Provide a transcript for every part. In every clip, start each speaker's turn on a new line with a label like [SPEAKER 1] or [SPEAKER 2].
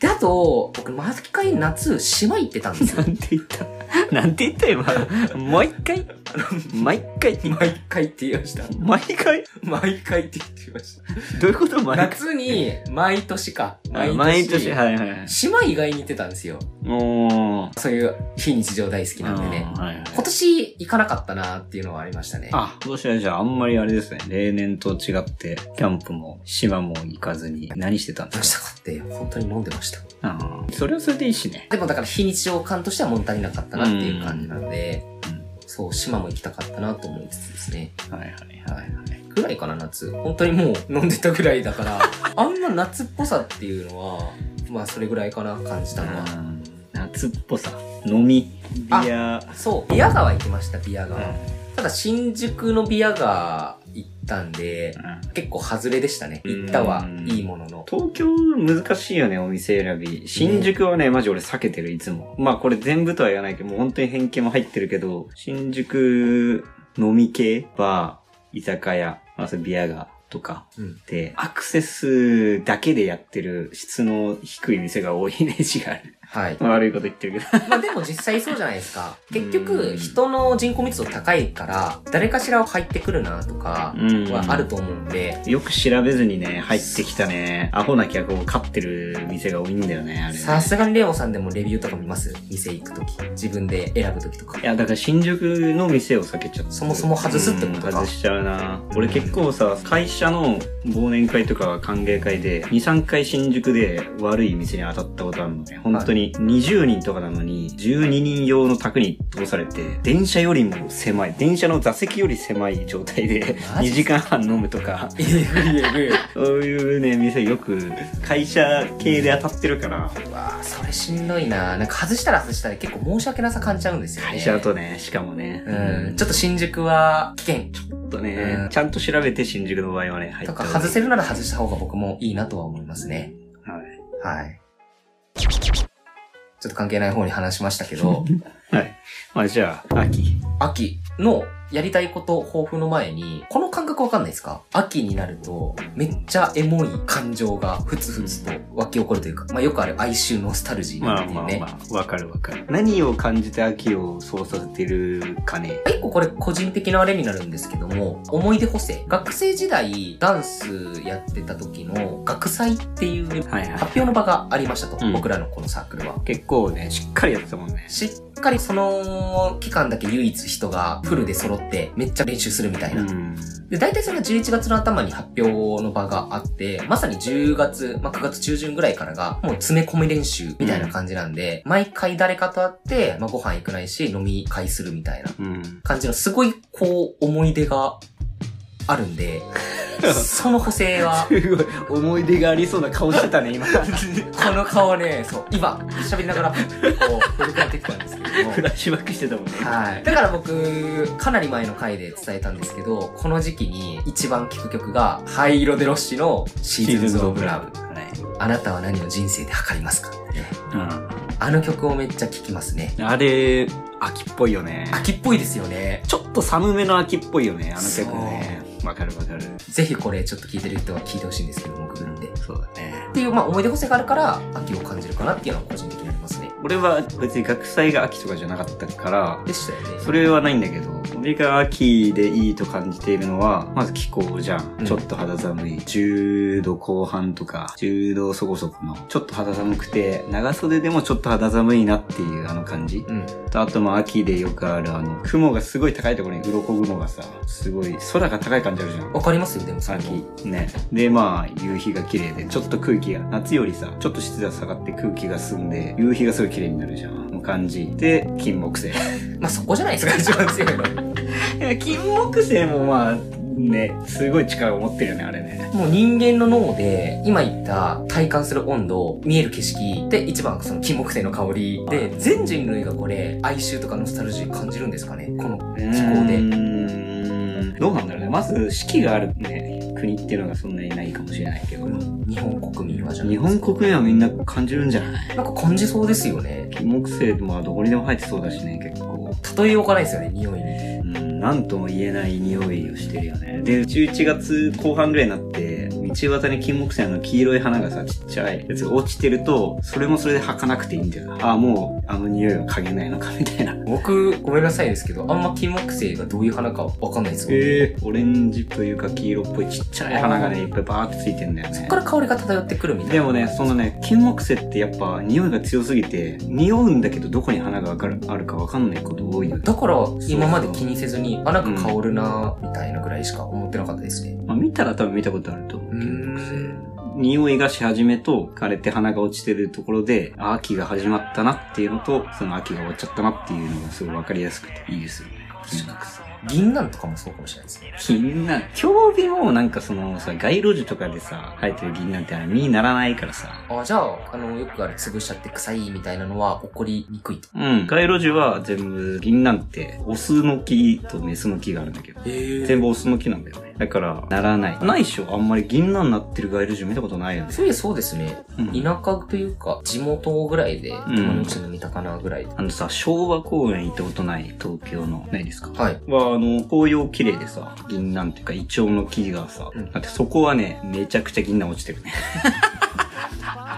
[SPEAKER 1] で、あと、僕、毎回夏、島行ってたんです
[SPEAKER 2] な
[SPEAKER 1] よ。
[SPEAKER 2] んて言ったなんて言った今。毎回毎回
[SPEAKER 1] 毎回って言いました。
[SPEAKER 2] 毎回
[SPEAKER 1] 毎回って言ってました。
[SPEAKER 2] どういうこと毎回
[SPEAKER 1] 夏に、毎年か。毎
[SPEAKER 2] あ
[SPEAKER 1] 年。
[SPEAKER 2] 毎年、はいはいはい。
[SPEAKER 1] 島意外に行ってたんですよ。
[SPEAKER 2] おー。
[SPEAKER 1] そういう非日常大好きなんでね
[SPEAKER 2] あ。ーはいはい
[SPEAKER 1] 今年行かなかったなっていうのはありましたね。
[SPEAKER 2] あ、今年はじゃああんまりあれですね。例年と違って、キャンプも島も行かずに、何してたん
[SPEAKER 1] ど
[SPEAKER 2] で
[SPEAKER 1] うし
[SPEAKER 2] す
[SPEAKER 1] たかって、本当に飲んでました。
[SPEAKER 2] かあーそれはそれでいいしね。
[SPEAKER 1] でもだから非日常感としては物足りなかったなっていう感じなので、
[SPEAKER 2] うん
[SPEAKER 1] そう、島も行きたかったなと思いつつですね。
[SPEAKER 2] はいはいはいはい。
[SPEAKER 1] ぐらいかな、夏。本当にもう飲んでたぐらいだ から、あんま夏っぽさっていうのは、まあそれぐらいかな、感じたのは。
[SPEAKER 2] うん夏っぽさ。飲み、ビア、
[SPEAKER 1] そう、ビア川行きました、ビア
[SPEAKER 2] うん
[SPEAKER 1] 川。ただ新宿のビア川行ったんで、結構外れでしたね。行ったは
[SPEAKER 2] うん
[SPEAKER 1] いいものの。
[SPEAKER 2] 東京難しいよね、お店選び。新宿はね、マジ俺避けてる、いつも。まあこれ全部とは言わないけど、もう本当に偏見も入ってるけど、新宿飲み系、バー、居酒屋、まあそれビアガーとか。
[SPEAKER 1] うん。
[SPEAKER 2] で、アクセスだけでやってる質の低い店が多いイメージがある。
[SPEAKER 1] はい。
[SPEAKER 2] 悪いこと言ってるけど。
[SPEAKER 1] まあでも実際そうじゃないですか。結
[SPEAKER 2] う
[SPEAKER 1] 局、
[SPEAKER 2] ん
[SPEAKER 1] 人の人口密度高いから、誰かしら入ってくるなとか、
[SPEAKER 2] うん
[SPEAKER 1] はあると思うんで、
[SPEAKER 2] よく調べずにね、入ってきたね、アホな客を飼ってる店が多いんだよね、あれね。
[SPEAKER 1] さすがにレオさんでもレビューとか見ます店行くとき。自分で選ぶときとか
[SPEAKER 2] い。や、だから新宿の店を避けちゃった。
[SPEAKER 1] そもそも外すってことか
[SPEAKER 2] うん外しちゃうな。俺結構さ、会社の忘年会とか歓迎会で、2、3回新宿で悪い店に当たったことあるのね。本当に20人とかなのに、12人用の卓に通されて、電車よりも狭い、電車の座席より狭い状態で、
[SPEAKER 1] マジ
[SPEAKER 2] 2時間半飲むとか、
[SPEAKER 1] えぐいえぐい。
[SPEAKER 2] そういうね、店よく会社系で当たってるから、
[SPEAKER 1] うわぁ、それしんどいなぁなんか外したら外したら結構申し訳なさ感じちゃうんですよね。
[SPEAKER 2] 会社だとね、しかもね。
[SPEAKER 1] うん。ちょっ
[SPEAKER 2] ち
[SPEAKER 1] と新宿は危険
[SPEAKER 2] ょっと
[SPEAKER 1] う
[SPEAKER 2] ね
[SPEAKER 1] ん、
[SPEAKER 2] ちゃんと調べて新宿の場合はね、入っ
[SPEAKER 1] と
[SPEAKER 2] た
[SPEAKER 1] か
[SPEAKER 2] 方がいい
[SPEAKER 1] 外せるなら外した方が僕もいいなとは思いますね。
[SPEAKER 2] はい。
[SPEAKER 1] はい。ちょっと関係ない方に話しましたけ ど、
[SPEAKER 2] はい。まあじゃあ、秋。
[SPEAKER 1] 秋のやりたいこと抱負の前に、この感覚わかんないですか秋になると、めっちゃエモい感情がふつふつと湧き起こるというか、まあよくある哀愁ノスタルジー
[SPEAKER 2] ま
[SPEAKER 1] な
[SPEAKER 2] あ
[SPEAKER 1] んてい
[SPEAKER 2] ま
[SPEAKER 1] う
[SPEAKER 2] あ
[SPEAKER 1] ね。
[SPEAKER 2] まあ、わかるわかる。何を感じて秋をそうさせてるかね。
[SPEAKER 1] 一個これ個人的なあれになるんですけども、思い出補正。学生時代ダンスやってた時の学祭っていう発
[SPEAKER 2] はいはい。
[SPEAKER 1] 表の場がありましたと、
[SPEAKER 2] うん
[SPEAKER 1] 僕らのこのサークルは。
[SPEAKER 2] 結構ね、しっかりやってたもんね。
[SPEAKER 1] しっかりその期間だけ唯一人がフルで揃ってめっちゃ練習するみたいうな。
[SPEAKER 2] ん。
[SPEAKER 1] で、大体それが11月の頭に発表の場があって、まさに10月、まあ、9月中旬ぐらいからが、もう詰め込み練習みたいな感じなんで、毎回誰かと会って、まあ、ご飯行かないし、飲み会するみたいな
[SPEAKER 2] うん。
[SPEAKER 1] 感じの、すごい、こう、思い出があるんで、その補正は、
[SPEAKER 2] すごい、思い出がありそうな顔してたね、 今。
[SPEAKER 1] この顔ね、そう、今、喋りながら、こう、振り返ってきたんですけども
[SPEAKER 2] フ。ラッシュバックしてたもんね。
[SPEAKER 1] はい。だから僕、かなり前の回で伝えたんですけど、この時期に一番聴く曲が、灰色でロッシのシーズンズ・オブ・ラブ。
[SPEAKER 2] はい。
[SPEAKER 1] あなたは何を人生で測りますかね
[SPEAKER 2] う
[SPEAKER 1] あの曲をめっちゃ聴きますね。
[SPEAKER 2] ん。あれ、秋っぽいよね。
[SPEAKER 1] 秋っぽいですよね。
[SPEAKER 2] ちょっと寒めの秋っぽいよね、あの曲ね。わかるわかる。
[SPEAKER 1] ぜひこれちょっと聴いてる人は聴いてほしいんですけど、僕分で。っ
[SPEAKER 2] そうだね。
[SPEAKER 1] ていう、まあ思い出補正があるから、秋を感じるかなっていうのは個人的にありますね。
[SPEAKER 2] 俺は別に学祭が秋とかじゃなかったから、
[SPEAKER 1] でしたよね。
[SPEAKER 2] それはないんだけど、俺が秋でいいと感じているのは、まず気候じゃん。
[SPEAKER 1] うん
[SPEAKER 2] ちょっと肌寒い。10度後半とか、10度そこそこの、ちょっと肌寒くて、長袖でもちょっと肌寒いなっていうあの感じ。
[SPEAKER 1] うん。
[SPEAKER 2] とあとまあ秋でよくあるあの、雲がすごい高いところに鱗雲がさ、すごい、空が高い感じあるじゃん。
[SPEAKER 1] わかりますよ、でもそれも。
[SPEAKER 2] 秋ねでまあ夕日が綺麗でちょっと空気が夏よりさちょっと湿度が下がって空気が澄んで夕日がすごい綺麗になるじゃんの感じで金木犀
[SPEAKER 1] まあそこじゃないですか、一番強いの。
[SPEAKER 2] いや金木犀もまあね、すごい力を持ってるよね、あれね。
[SPEAKER 1] もう人間の脳で、今言った体感する温度、見える景色、で、一番その金木犀の香り、で、全人類がこれ、哀愁とかノスタルジー感じるんですかねこの気候で。
[SPEAKER 2] で。どうなんだろうね。まず、四季があるね、国っていうのがそんなにないかもしれないけど。
[SPEAKER 1] 日本国民はじゃない
[SPEAKER 2] 日
[SPEAKER 1] です
[SPEAKER 2] 本
[SPEAKER 1] か
[SPEAKER 2] 国民はみんな感じるんじゃない
[SPEAKER 1] なんか感じそうですよね。
[SPEAKER 2] 金木犀まあどこにでも生えてそうだしね、結構。
[SPEAKER 1] 例えようがないですよね、匂いに。
[SPEAKER 2] うん、なんとも言えない匂いをしてるよね。で、11月後半ぐらいになって、道端に金木犀の黄色い花がさ、ちっちゃいやつが落ちてると、それもそれで吐かなくていいんだよな。ああ、もう、あの匂いは嗅げないのか、みたいな。
[SPEAKER 1] 僕、ごめんなさいですけど、あんま金木犀がどういう花かわかんないですもん
[SPEAKER 2] えー、オレンジというか黄色っぽいちっちゃい花がね、いっぱいバーってついてんだよ
[SPEAKER 1] そ
[SPEAKER 2] ね
[SPEAKER 1] こか。ら香りが漂ってくるみたいな。
[SPEAKER 2] でもね、そのね、金木犀ってやっぱ匂いが強すぎて、匂うんだけどどこに花がわかるあるかわかんないこと多いよね。
[SPEAKER 1] だから、今まで気にせずに、あ、なんか香るなみたいなぐらいしか思ってなかったですね。
[SPEAKER 2] まあ見たら多分見たことあると思う。
[SPEAKER 1] うーん
[SPEAKER 2] 金木犀。匂いがし始めと、枯れて花が落ちてるところで、あ秋が始まったなっていうのと、その秋が終わっちゃったなっていうのがすごいわかりやすくていいですよね。金木犀。
[SPEAKER 1] 銀杏とかもそうかもしれないですね。
[SPEAKER 2] 銀杏。競技もなんかそのさ、街路樹とかでさ、生えてる銀杏ってあれ実ならないからさ。
[SPEAKER 1] あ、じゃあ、あの、よくあれ、潰しちゃって臭いみたいなのは起こりにくいと。
[SPEAKER 2] うん。街路樹は全部、銀杏って、オスの木とメスの木があるんだけど、
[SPEAKER 1] え
[SPEAKER 2] 全部オスの木なんだよね。だから、ならない。ないっしょあんまり銀杏なってる街路樹見たことないよね。
[SPEAKER 1] そういえばそうですね。
[SPEAKER 2] うん。
[SPEAKER 1] 田舎というか、地元ぐらいで、たまに落ちてるの見たかなぐらい。
[SPEAKER 2] あのさ、昭和公園行ったことない東京の、ないですか
[SPEAKER 1] はい。
[SPEAKER 2] は、あの、紅葉綺麗でさ、銀杏っていうか、イチョウの木がさ、
[SPEAKER 1] うん
[SPEAKER 2] だってそこはね、めちゃくちゃ銀杏落ちてるね。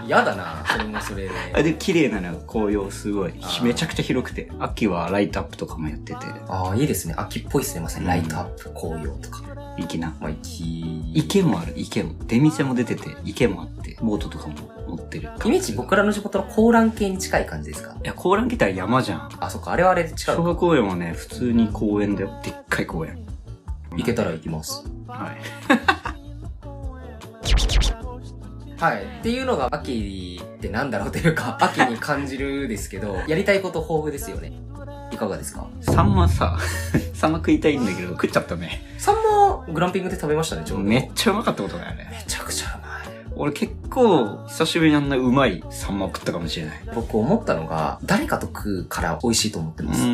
[SPEAKER 1] 嫌だな、それも それで。
[SPEAKER 2] あで、綺麗なのよ、紅葉すごい
[SPEAKER 1] あ。ー
[SPEAKER 2] めちゃくちゃ広くて。秋はライトアップとかもやってて、
[SPEAKER 1] ああ、いいですね。秋っぽいですね。まさにライトアップ、紅葉とか。
[SPEAKER 2] 粋な。
[SPEAKER 1] まあ、秋。
[SPEAKER 2] 池もある、池も。出店も出てて、池もあって、ボートとかも持ってる。
[SPEAKER 1] イメージ僕らの地元の高蘭系に近い感じですか
[SPEAKER 2] いや、高蘭来たら山じゃん。
[SPEAKER 1] あ、そっか、あれはあれで違
[SPEAKER 2] 昭
[SPEAKER 1] う。
[SPEAKER 2] 和公園はね、普通に公園だよ。でっかい公園。
[SPEAKER 1] 行けたら行きます。
[SPEAKER 2] はい。
[SPEAKER 1] はい。っていうのが、秋ってなんだろうという か、秋に感じるですけど、やりたいこと豊富ですよね。いかがですか
[SPEAKER 2] サンマさ、 サンマ食いたいんだけど、食っちゃったね。
[SPEAKER 1] サンマ、グランピングで食べましたね、ちょうど。
[SPEAKER 2] めっちゃうまかったことだよね。
[SPEAKER 1] めちゃくちゃうまい。
[SPEAKER 2] 俺結構、久しぶりにあんなうまいサンマ食ったかもしれない。
[SPEAKER 1] 僕思ったのが、誰かと食うから美味しいと思って
[SPEAKER 2] う
[SPEAKER 1] ます。
[SPEAKER 2] ー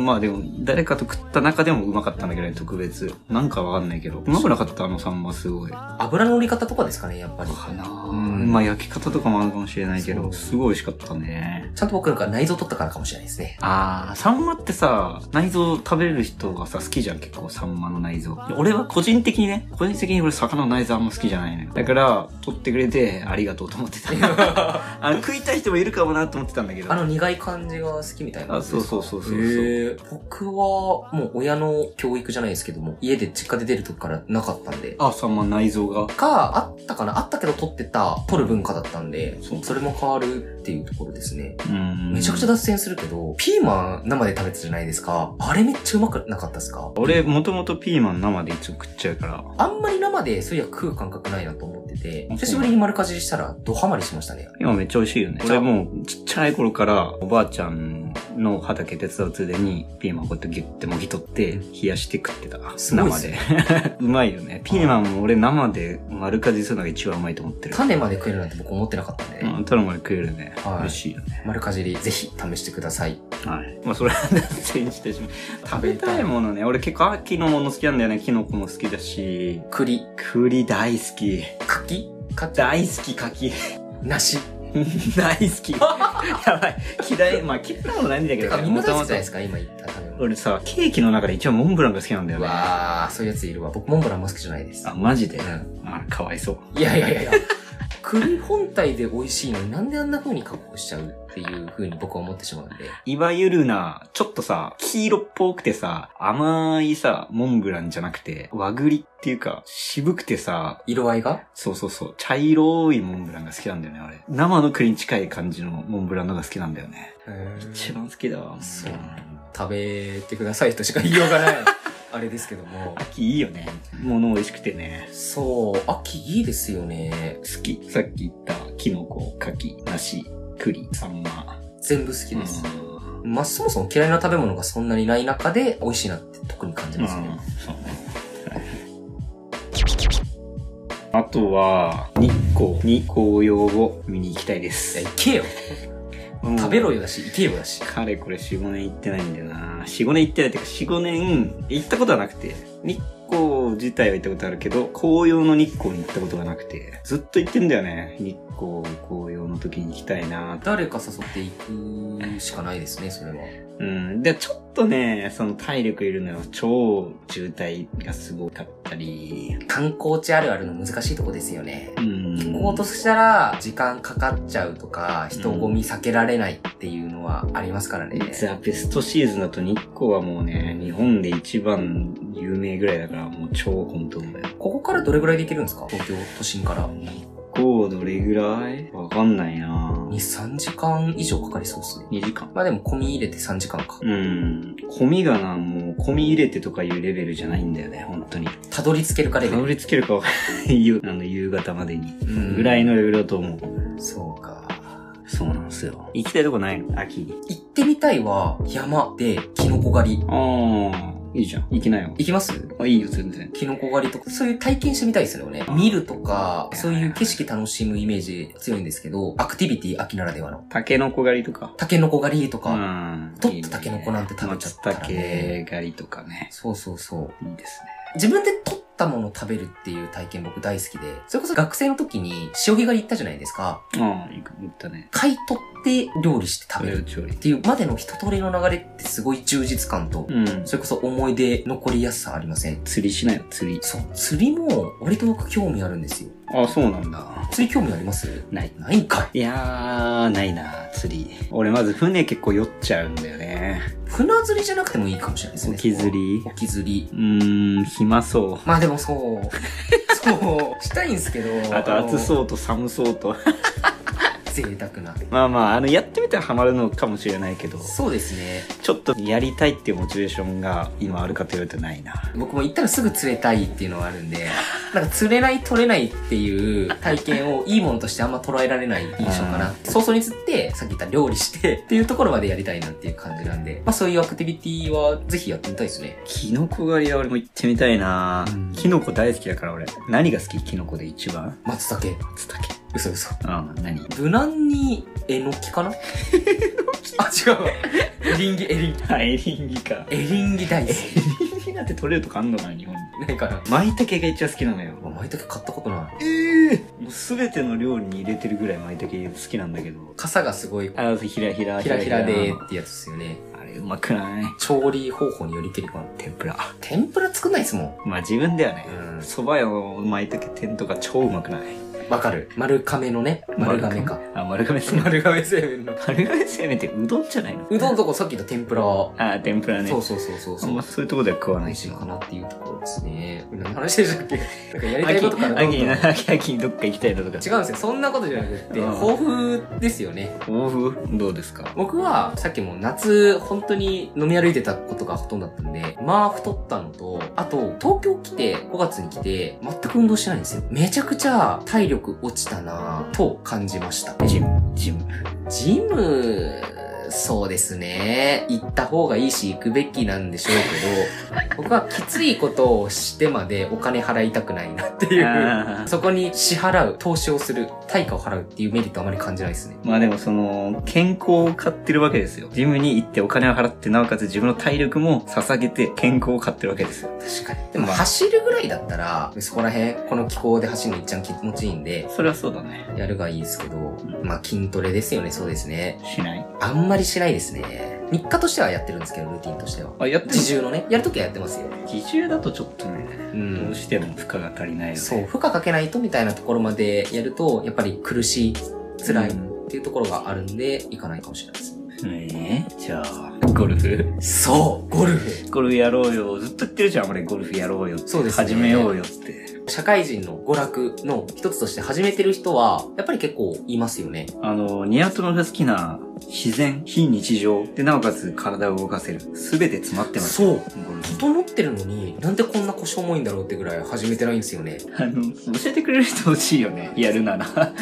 [SPEAKER 2] ん。まあでも、誰かと食った中でもうまかったんだけどね、特別。なんかわかんないけど。うまくなかった、あのサンマすごい。か
[SPEAKER 1] 油の乗り方とかですかね、やっぱり。
[SPEAKER 2] なぁ
[SPEAKER 1] うん
[SPEAKER 2] まあ焼き方とかもあるかもしれないけ
[SPEAKER 1] そ
[SPEAKER 2] ど、
[SPEAKER 1] う
[SPEAKER 2] すごい美味しかったね。
[SPEAKER 1] ちゃんと僕なんか内臓取ったからかもしれないですね。
[SPEAKER 2] あー、サンマってさ、内臓食べれる人がさ、好きじゃん、結構、サンマの内臓。俺は個人的にね、個人的に俺魚の内臓あんま好きじゃないのよ。だから、取ってくれて、ありがとうと思ってた。 あの、食いたい人もいるかもなと思ってたんだけど。
[SPEAKER 1] あの苦い感じが好きみたいな。
[SPEAKER 2] あそうそうそうそうそう
[SPEAKER 1] へえ僕は、もう親の教育じゃないですけども、家で実家で出る時からなかったんで。
[SPEAKER 2] あ、サンマ内臓が。
[SPEAKER 1] か、あったかなあったけど取ってた、取る文化だったんで、
[SPEAKER 2] そう
[SPEAKER 1] それも変わるっていうところですね。
[SPEAKER 2] うん
[SPEAKER 1] めちゃくちゃ脱線するけど、ピーマン生で食べてたじゃないですか。あれめっちゃうまくなかったですか
[SPEAKER 2] 俺、もともとピーマン生でいつも食っちゃうから。
[SPEAKER 1] あんまり生でそういや食う感覚ないなと思ってて、久しぶりに丸かじりしたらドハマりしましたね。
[SPEAKER 2] 今めっちゃ美味しいよね。俺もうちっちゃい頃からおばあちゃんの畑手伝うついでにピーマンこうやってギュッてもぎ取って冷やして食ってた。
[SPEAKER 1] すごいっ
[SPEAKER 2] 生
[SPEAKER 1] す
[SPEAKER 2] で。うまいよね。ピーマンも俺生で丸かじりするのが一番うまいと思ってる。
[SPEAKER 1] 種まで食えるなんて僕思ってなかったんで、
[SPEAKER 2] うん、ただまで食えるね。
[SPEAKER 1] はい
[SPEAKER 2] 美味しいよね。
[SPEAKER 1] 丸かじりぜひ試してください。
[SPEAKER 2] はい。まあそれ は脱線してしまう。食べたいものね。俺結構秋のもの好きなんだよね。キノコも好きだし。
[SPEAKER 1] 栗、
[SPEAKER 2] 栗大好き。
[SPEAKER 1] 柿、柿、
[SPEAKER 2] 大好き柿。
[SPEAKER 1] 梨。
[SPEAKER 2] 大好き。 やばい。嫌い。まあ嫌いなことないんだけ
[SPEAKER 1] て
[SPEAKER 2] ど
[SPEAKER 1] か
[SPEAKER 2] ね。
[SPEAKER 1] みんな大好きじゃないで
[SPEAKER 2] 元々
[SPEAKER 1] すか、今言った食べ物。
[SPEAKER 2] 俺さ、ケーキの中で一番モンブランが好きなんだよ
[SPEAKER 1] う
[SPEAKER 2] ね。
[SPEAKER 1] わー、そういうやついるわ。僕モンブランも好きじゃないです。
[SPEAKER 2] あ、マジで、
[SPEAKER 1] う
[SPEAKER 2] あ、かわいそう。
[SPEAKER 1] ん。いやいやいやいや。栗本体で美味しいのになんであんな風に加工しちゃうっていう風に僕は思ってしまうんで。
[SPEAKER 2] いわゆるな、ちょっとさ、黄色っぽくてさ、甘いさ、モンブランじゃなくて、和栗っていうか、渋くてさ、
[SPEAKER 1] 色合いが
[SPEAKER 2] そうそうそう、茶色いモンブランが好きなんだよね、あれ。生の栗に近い感じのモンブランのが好きなんだよね。一番好きだわ。
[SPEAKER 1] そう食べてくださいとしか言いようが ない。あれですけども。
[SPEAKER 2] 秋いいよね。物美味しくてね。
[SPEAKER 1] そう、秋いいですよね。
[SPEAKER 2] 好き。さっき言った、キノコ、柿、梨、栗、サンマ。
[SPEAKER 1] 全部好きです。まあ、そもそも嫌いな食べ物がそんなにない中で美味しいなって特に感じ
[SPEAKER 2] うん。
[SPEAKER 1] ますね。
[SPEAKER 2] そうね。あとは、日光に紅葉を見に行きたいで
[SPEAKER 1] いや、
[SPEAKER 2] す。
[SPEAKER 1] 行けよ。
[SPEAKER 2] うん
[SPEAKER 1] 食べろよだし、行けよだし。
[SPEAKER 2] かれこれ4、5年行ってないんだよな。4、5年行ってないっていうか、4、5年行ったことはなくて、日光自体は行ったことあるけど、紅葉の日光に行ったことがなくて、ずっと行ってんだよね。日光、紅葉の時に行きたいなと。
[SPEAKER 1] 誰か誘って行くしかないですね、それは。
[SPEAKER 2] うん。で、ちょっとね、その体力いるのよ。超渋滞がすごかったり、
[SPEAKER 1] 観光地あるあるの難しいとこですよね。
[SPEAKER 2] うん。
[SPEAKER 1] 行こうとしたら、時間かかっちゃうとか、人混み避けられないっていうのはありますからね。
[SPEAKER 2] ザ・ベストシーズンだと日光はもうね、日本で一番有名ぐらいだから、もう超本当だよ。
[SPEAKER 1] ここからどれぐらいで行けるんですか東京都心から。
[SPEAKER 2] 日光どれぐらいわかんないな
[SPEAKER 1] 2、3時間以上かかりそうですね。
[SPEAKER 2] 2時間
[SPEAKER 1] まあでも、込み入れて3時間か。
[SPEAKER 2] うん。込みがな、もう、込み入れてとかいうレベルじゃないんだよね、本当に。
[SPEAKER 1] たどり着けるかレベ
[SPEAKER 2] たど
[SPEAKER 1] ル。
[SPEAKER 2] り着けるかわかんないよ。あ の、夕方までに。
[SPEAKER 1] うん
[SPEAKER 2] ぐらい。のレベルだと思う。
[SPEAKER 1] そうか。
[SPEAKER 2] そうなんですよ。行きたいとこないの秋に。
[SPEAKER 1] 行ってみたいは、山で、キノコ狩り。
[SPEAKER 2] ああ、いいじゃん。行きなよ。
[SPEAKER 1] 行きます
[SPEAKER 2] あ、いいよ、全然。
[SPEAKER 1] キノコ狩りとか、そういう体験してみたいですよね。見るとか、そういう景色楽しむイメージ強いんですけど、アクティビティ秋ならではの。
[SPEAKER 2] タケノコ狩りとか。
[SPEAKER 1] タケノコ狩りとか、
[SPEAKER 2] うん
[SPEAKER 1] 取ったタケノコなんて食べちゃったらね
[SPEAKER 2] 松茸狩りとかね。
[SPEAKER 1] そうそうそう。
[SPEAKER 2] いいですね。
[SPEAKER 1] 自分で取ったものを食べるっていう体験僕大好きで、それこそ学生の時に潮干狩り行ったじゃないですか。
[SPEAKER 2] ああ、行く、行ったね。
[SPEAKER 1] 買い取って料理して食
[SPEAKER 2] 食
[SPEAKER 1] べ
[SPEAKER 2] べ
[SPEAKER 1] る
[SPEAKER 2] る
[SPEAKER 1] っ
[SPEAKER 2] 調理。
[SPEAKER 1] ていうまでの一通りの流れってすごい充実感と、
[SPEAKER 2] うん。
[SPEAKER 1] それこそ思い出残りやすさありません
[SPEAKER 2] 釣りしないよ、釣り。
[SPEAKER 1] そう、釣りも割と僕興味あるんですよ。
[SPEAKER 2] あ、そうなんだ。
[SPEAKER 1] 釣り興味あります
[SPEAKER 2] ない。
[SPEAKER 1] ないんかい。
[SPEAKER 2] いやー、ないな、釣り。俺まず船結構酔っちゃうんだよね。
[SPEAKER 1] 船釣りじゃなくてもいいかもしれないですね。
[SPEAKER 2] 沖釣り
[SPEAKER 1] そこは。沖釣り。
[SPEAKER 2] うーん、暇そ
[SPEAKER 1] まあでも そう。そう、したいんすけ
[SPEAKER 2] う。
[SPEAKER 1] ど。
[SPEAKER 2] あと暑
[SPEAKER 1] う。
[SPEAKER 2] そうと寒そうと。
[SPEAKER 1] 贅沢な。
[SPEAKER 2] まあまあ、あの、やってみたらハマるのかもしれないけど、
[SPEAKER 1] そうですね。
[SPEAKER 2] ちょっとやりたいっていうモチベーションが今あるかと言われてないな。
[SPEAKER 1] 僕も行ったらすぐ釣れたいっていうのはあるんで、なんか釣れない取れないっていう体験をいいものとしてあんま捉えられない印象かな。早々に釣って、さっき言った料理して っていうところまでやりたいなっていう感じなんで、まあそういうアクティビティはぜひやってみたいですね。
[SPEAKER 2] キノコ狩りは俺も行ってみたいな
[SPEAKER 1] うん。
[SPEAKER 2] キノコ大好きだから俺。何が好きキノコで一番
[SPEAKER 1] 松茸。
[SPEAKER 2] 松茸。
[SPEAKER 1] 嘘嘘。
[SPEAKER 2] うん、何
[SPEAKER 1] 無難に、えのきかなあ、違うわ。エリンギ、エリンギ。
[SPEAKER 2] あ、エリンギか。
[SPEAKER 1] エリンギ大好
[SPEAKER 2] エリンギなんて取れるとかあんのかな、日本に。
[SPEAKER 1] き。ないかな。
[SPEAKER 2] 舞茸が一番好きなのよ。
[SPEAKER 1] お前だけ買ったことない。
[SPEAKER 2] ええもうすべての料理に入れてるぐらい舞茸好きなんだけど。
[SPEAKER 1] 傘がすごい、
[SPEAKER 2] あ、ひらひら、
[SPEAKER 1] ひらひらでってやつですよね。
[SPEAKER 2] あれ、うまくない
[SPEAKER 1] 調理方法によりけりかな。
[SPEAKER 2] 天ぷら。
[SPEAKER 1] 天ぷら作んないですもん。
[SPEAKER 2] まあ自分ではね
[SPEAKER 1] うん、
[SPEAKER 2] 蕎麦屋の舞茸天とか超うまくない
[SPEAKER 1] わかる。丸亀のね、丸亀か。。
[SPEAKER 2] あ、丸亀製麺。
[SPEAKER 1] 丸亀製麺の。
[SPEAKER 2] 丸亀製麺ってうどんじゃないの
[SPEAKER 1] うどんとこさっきの天ぷらは、
[SPEAKER 2] あ、天ぷらね。
[SPEAKER 1] そうそうそうそう
[SPEAKER 2] あん
[SPEAKER 1] そ
[SPEAKER 2] ま
[SPEAKER 1] う。
[SPEAKER 2] そういうとこでは食わな
[SPEAKER 1] 美
[SPEAKER 2] い
[SPEAKER 1] 味し
[SPEAKER 2] し
[SPEAKER 1] い。かなっていうところですね。何の話でしたっけなんかやりたい
[SPEAKER 2] 秋
[SPEAKER 1] ことからどんどん。違
[SPEAKER 2] 秋
[SPEAKER 1] うん
[SPEAKER 2] な、秋、秋にどっか行きたいなとか。
[SPEAKER 1] ですよ。そんなことじゃなくって、
[SPEAKER 2] うん
[SPEAKER 1] 抱負ですよね。
[SPEAKER 2] 豆腐どうですか
[SPEAKER 1] 僕は、さっきも夏、本当に飲み歩いてたことがほとんどだったんで、まあ太ったのと、あと、東京来て、5月に来て、全く運動してないんですよ。めちゃくちゃ体力落ちたなぁと感じました。
[SPEAKER 2] ジム、ジム。
[SPEAKER 1] ジム、そうですね。行った方がいいし、行くべきなんでしょうけど、 僕はきついことをしてまでお金払いたくないなっていう。
[SPEAKER 2] あー
[SPEAKER 1] そこに支払う、投資をする、対価を払うっていうメリットはあまり感じないですね。
[SPEAKER 2] まあでもその、健康を買ってるわけですよ。ジムに行ってお金を払って、なおかつ自分の体力も捧げて健康を買ってるわけですよ。
[SPEAKER 1] 確かに。でも、
[SPEAKER 2] まあ
[SPEAKER 1] 走るぐらいだったら、そこら辺、この気候で走るのいっちゃん気持ちいいんで、
[SPEAKER 2] それはそうだね。
[SPEAKER 1] やるがいいですけど、まあ筋トレですよね、そうですね。
[SPEAKER 2] しない
[SPEAKER 1] あんまりしないですね。日課としてはやってるんですけど、ルーティンとしては。
[SPEAKER 2] あ、やってる
[SPEAKER 1] 自重のね、やるときはやってますよ。
[SPEAKER 2] 自重だとちょっとね、
[SPEAKER 1] うん
[SPEAKER 2] どうしても負荷が足りないよね。
[SPEAKER 1] そう、負荷かけないとみたいなところまでやると、やっぱり苦しい、辛いっ
[SPEAKER 2] うん
[SPEAKER 1] ていうところがあるんで、いかないかもしれないです。
[SPEAKER 2] えーじゃあ、ゴルフ
[SPEAKER 1] そうゴルフ
[SPEAKER 2] ゴルフやろうよ。ずっと言ってるじゃん、俺ゴルフやろうよって。
[SPEAKER 1] そうですね
[SPEAKER 2] 始めようよって。
[SPEAKER 1] 社会人の娯楽の一つとして始めてる人は、やっぱり結構いますよね。
[SPEAKER 2] あの、ニワトロが好きな自然、非日常。で、なおかつ体を動かせる。すべて詰まってます。
[SPEAKER 1] そう
[SPEAKER 2] ゴルフ。
[SPEAKER 1] 整ってるのに、なんでこんな腰重いんだろうってぐらい始めてないんですよね。
[SPEAKER 2] あの、教 えてくれる人欲しいよね。やるなら。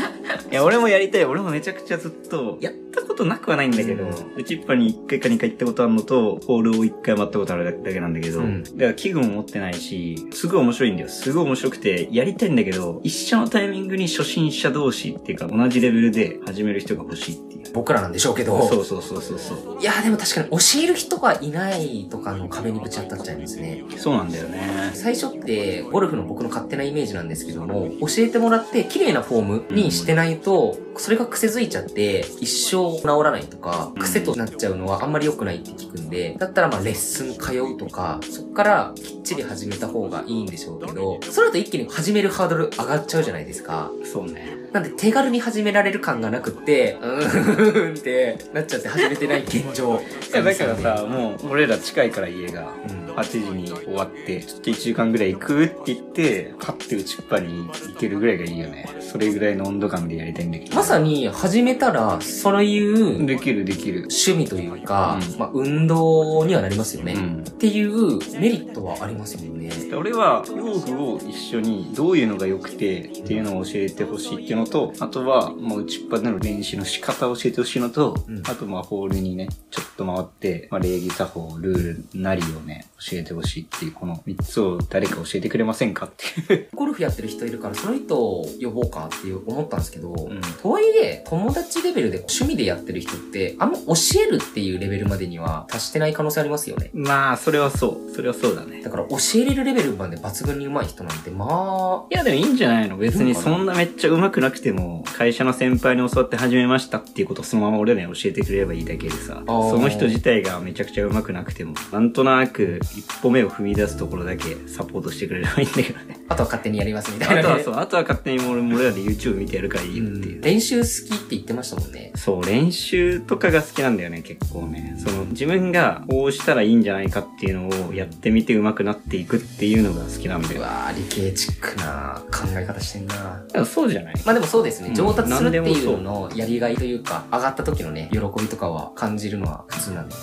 [SPEAKER 2] いや、俺もやりたい。俺もめちゃくちゃずっと、やったこことなくはないんだけど、
[SPEAKER 1] うん
[SPEAKER 2] でチッパに1回か2回行ったことあるのと、ホールを1回回ったことあるだけなんだけど、
[SPEAKER 1] うん
[SPEAKER 2] だから器具も持ってないし、すごい面白いんだよ。すごい面白くて、やりたいんだけど、一緒のタイミングに初心者同士っていうか、同じレベルで始める人が欲しいっていう。
[SPEAKER 1] 僕らなんでしょうけど。
[SPEAKER 2] そうそうそうそうそう。
[SPEAKER 1] いやーでも確かに教える人がいないとかの壁にぶち当たっちゃいますね。
[SPEAKER 2] そうなんだよね。
[SPEAKER 1] 最初ってゴルフの僕の勝手なイメージなんですけども、教えてもらって綺麗なフォームにしてないと、それが癖づいちゃって一生治らないとか、癖となっちゃうのはあんまり良くないって聞くんで、だったらまあレッスン通うとか、そっからきっちり始めた方がいいんでしょうけど、それだと一気に始めるハードル上がっちゃうじゃないですか。
[SPEAKER 2] そうね。
[SPEAKER 1] なんで手軽に始められる感がなくって、うーんってなっちゃって始めてない現状。
[SPEAKER 2] いや、だからさ、もう、俺ら近いから家が。
[SPEAKER 1] うん、
[SPEAKER 2] 8時に終わって、ちょっと1時間ぐらい行くって言って、パッて打ちっぱに行けるぐらいがいいよね。それぐらいの温度感でやりたいんだけど。
[SPEAKER 1] まさに始めたら、そういう
[SPEAKER 2] できるできる。
[SPEAKER 1] 趣味というか、
[SPEAKER 2] うん
[SPEAKER 1] まあ運動にはなりますよね、
[SPEAKER 2] う
[SPEAKER 1] っ
[SPEAKER 2] ん。
[SPEAKER 1] ていうメリットはありますよね。
[SPEAKER 2] 俺は用具を一緒にどういうのが良くてっていうのを教えてほしいっていうのとあとはもう打ちっぱなの練習の仕方を教えてほしいのと、
[SPEAKER 1] うん
[SPEAKER 2] あとまあホールにねちょっと回って、まあ、礼儀作法ルールなりをね教えてほしいっていうこの3つを誰か教えてくれませんかっていう
[SPEAKER 1] ゴルフやってる人いるから、その人を呼ぼうかっていう思ったんですけど、
[SPEAKER 2] ん
[SPEAKER 1] とはいえ、友達レベルで趣味でやってる人って、あんま教えるっていうレベルまでには達してない可能性ありますよね。
[SPEAKER 2] まあそれはそうそれはそうだね
[SPEAKER 1] だから教えれるレベルまで抜群に上手い人なんて、まあ、
[SPEAKER 2] いやでもいいんじゃないの別に
[SPEAKER 1] そうかな
[SPEAKER 2] そんなめっちゃ上手くなくても会社の先輩に教わって始めましたっていうことをそのまま俺らに教えてくれればいいだけでさ
[SPEAKER 1] あー
[SPEAKER 2] その人自体がめちゃくちゃ上手くなくてもなんとなく一歩目を踏み出すところだけサポートしてくれればいいんだけどね
[SPEAKER 1] あとは勝手にやりますみたいな、ね。
[SPEAKER 2] あとは そうあとは勝手に俺俺らで YouTube 見てやるからいいよっていう、
[SPEAKER 1] 練習好きって言ってましたもんね。
[SPEAKER 2] そう、練習とかが好きなんだよね、結構ね。その、自分がこうしたらいいんじゃないかっていうのをやってみて上手くなっていくっていうのが好きなんだ
[SPEAKER 1] う
[SPEAKER 2] よ。
[SPEAKER 1] わー、理系チックな考え方してんな
[SPEAKER 2] でもそうじゃない
[SPEAKER 1] まあでもそうです
[SPEAKER 2] う
[SPEAKER 1] ね。
[SPEAKER 2] ん
[SPEAKER 1] 上達するっていうののやりがいというか、上がった時のね、喜びとかは感じるのは普通なんで。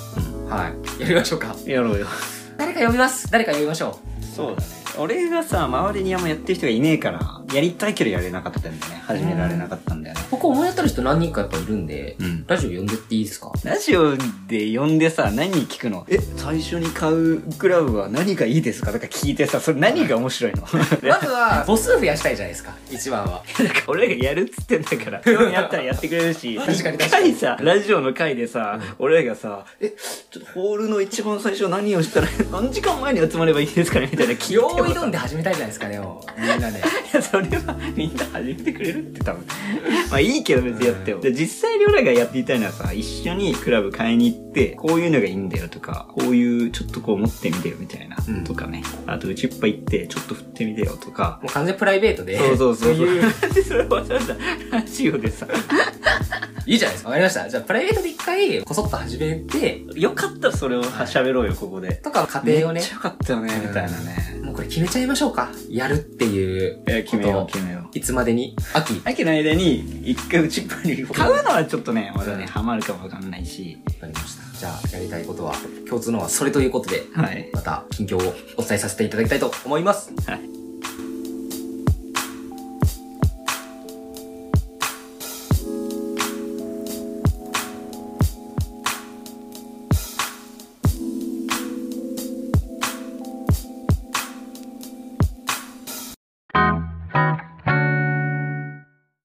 [SPEAKER 2] う
[SPEAKER 1] はい。やりましょうか。
[SPEAKER 2] やろうよ。
[SPEAKER 1] 誰か呼びます。誰か呼びましょ
[SPEAKER 2] そうだね俺がさ周りにあんまやってる人がいねえからやりたいけどやれなかったんだよね始められなかったんだよね
[SPEAKER 1] う。ここ思い当たる人何人かやっぱいるんで、
[SPEAKER 2] うん
[SPEAKER 1] ラジオ呼んでっていいです か
[SPEAKER 2] ラジオで呼んでさ何聞くのえ最初に買うグラブは何がいいですかとか聞いてさそれ何が面白いの
[SPEAKER 1] まずは、母数増やしたいじゃないですか。一番は。
[SPEAKER 2] 俺らがやるっつってんだ から興味あったらやってくれるし
[SPEAKER 1] 確かに
[SPEAKER 2] 一
[SPEAKER 1] 確か
[SPEAKER 2] 回
[SPEAKER 1] に
[SPEAKER 2] さラジオの回でさ、俺らがさ「えちょっとホールの一番最初何をしたら何時間前に集まればいいですかね?」みたいな聞いても
[SPEAKER 1] よ
[SPEAKER 2] さ
[SPEAKER 1] ーいどんで始めたいじゃないですかね、もうみんなで。
[SPEAKER 2] いや それはみんな始めてくれるって多分まあいいけど別にやってよで実際に俺らがやっていたいのはさ一緒にクラブ買いに行ってこういうのがいいんだよとかこういうちょっとこう持ってみてよみたいな、
[SPEAKER 1] うん
[SPEAKER 2] とかねあと打ちっぱ行ってちょっと振ってみてよとか
[SPEAKER 1] もう完全プライベートで。
[SPEAKER 2] そうそうそうそう
[SPEAKER 1] い
[SPEAKER 2] なん でそれわざわざラジオでさ
[SPEAKER 1] いいじゃないですか。わかりました。じゃあ、プライベートで一回、こそっと始めて、
[SPEAKER 2] よかったらそれを喋ろうよここで
[SPEAKER 1] とか、家庭を
[SPEAKER 2] め
[SPEAKER 1] ね
[SPEAKER 2] っち、ゃよかったよねみたいなね
[SPEAKER 1] もうこれ決めちゃいましょうか。やるっていう。
[SPEAKER 2] え決めよう
[SPEAKER 1] こと
[SPEAKER 2] 決めよう
[SPEAKER 1] いつまでに秋。
[SPEAKER 2] 秋の間に一回打ちっぱに買うのはちょっとねまだ
[SPEAKER 1] う
[SPEAKER 2] ね
[SPEAKER 1] ん
[SPEAKER 2] ハマるかもわかんないし
[SPEAKER 1] わかりました。じゃあ、やりたいことは、共通のはそれということで、
[SPEAKER 2] はい
[SPEAKER 1] また、近況をお伝えさせていただきたいと思います。
[SPEAKER 2] はい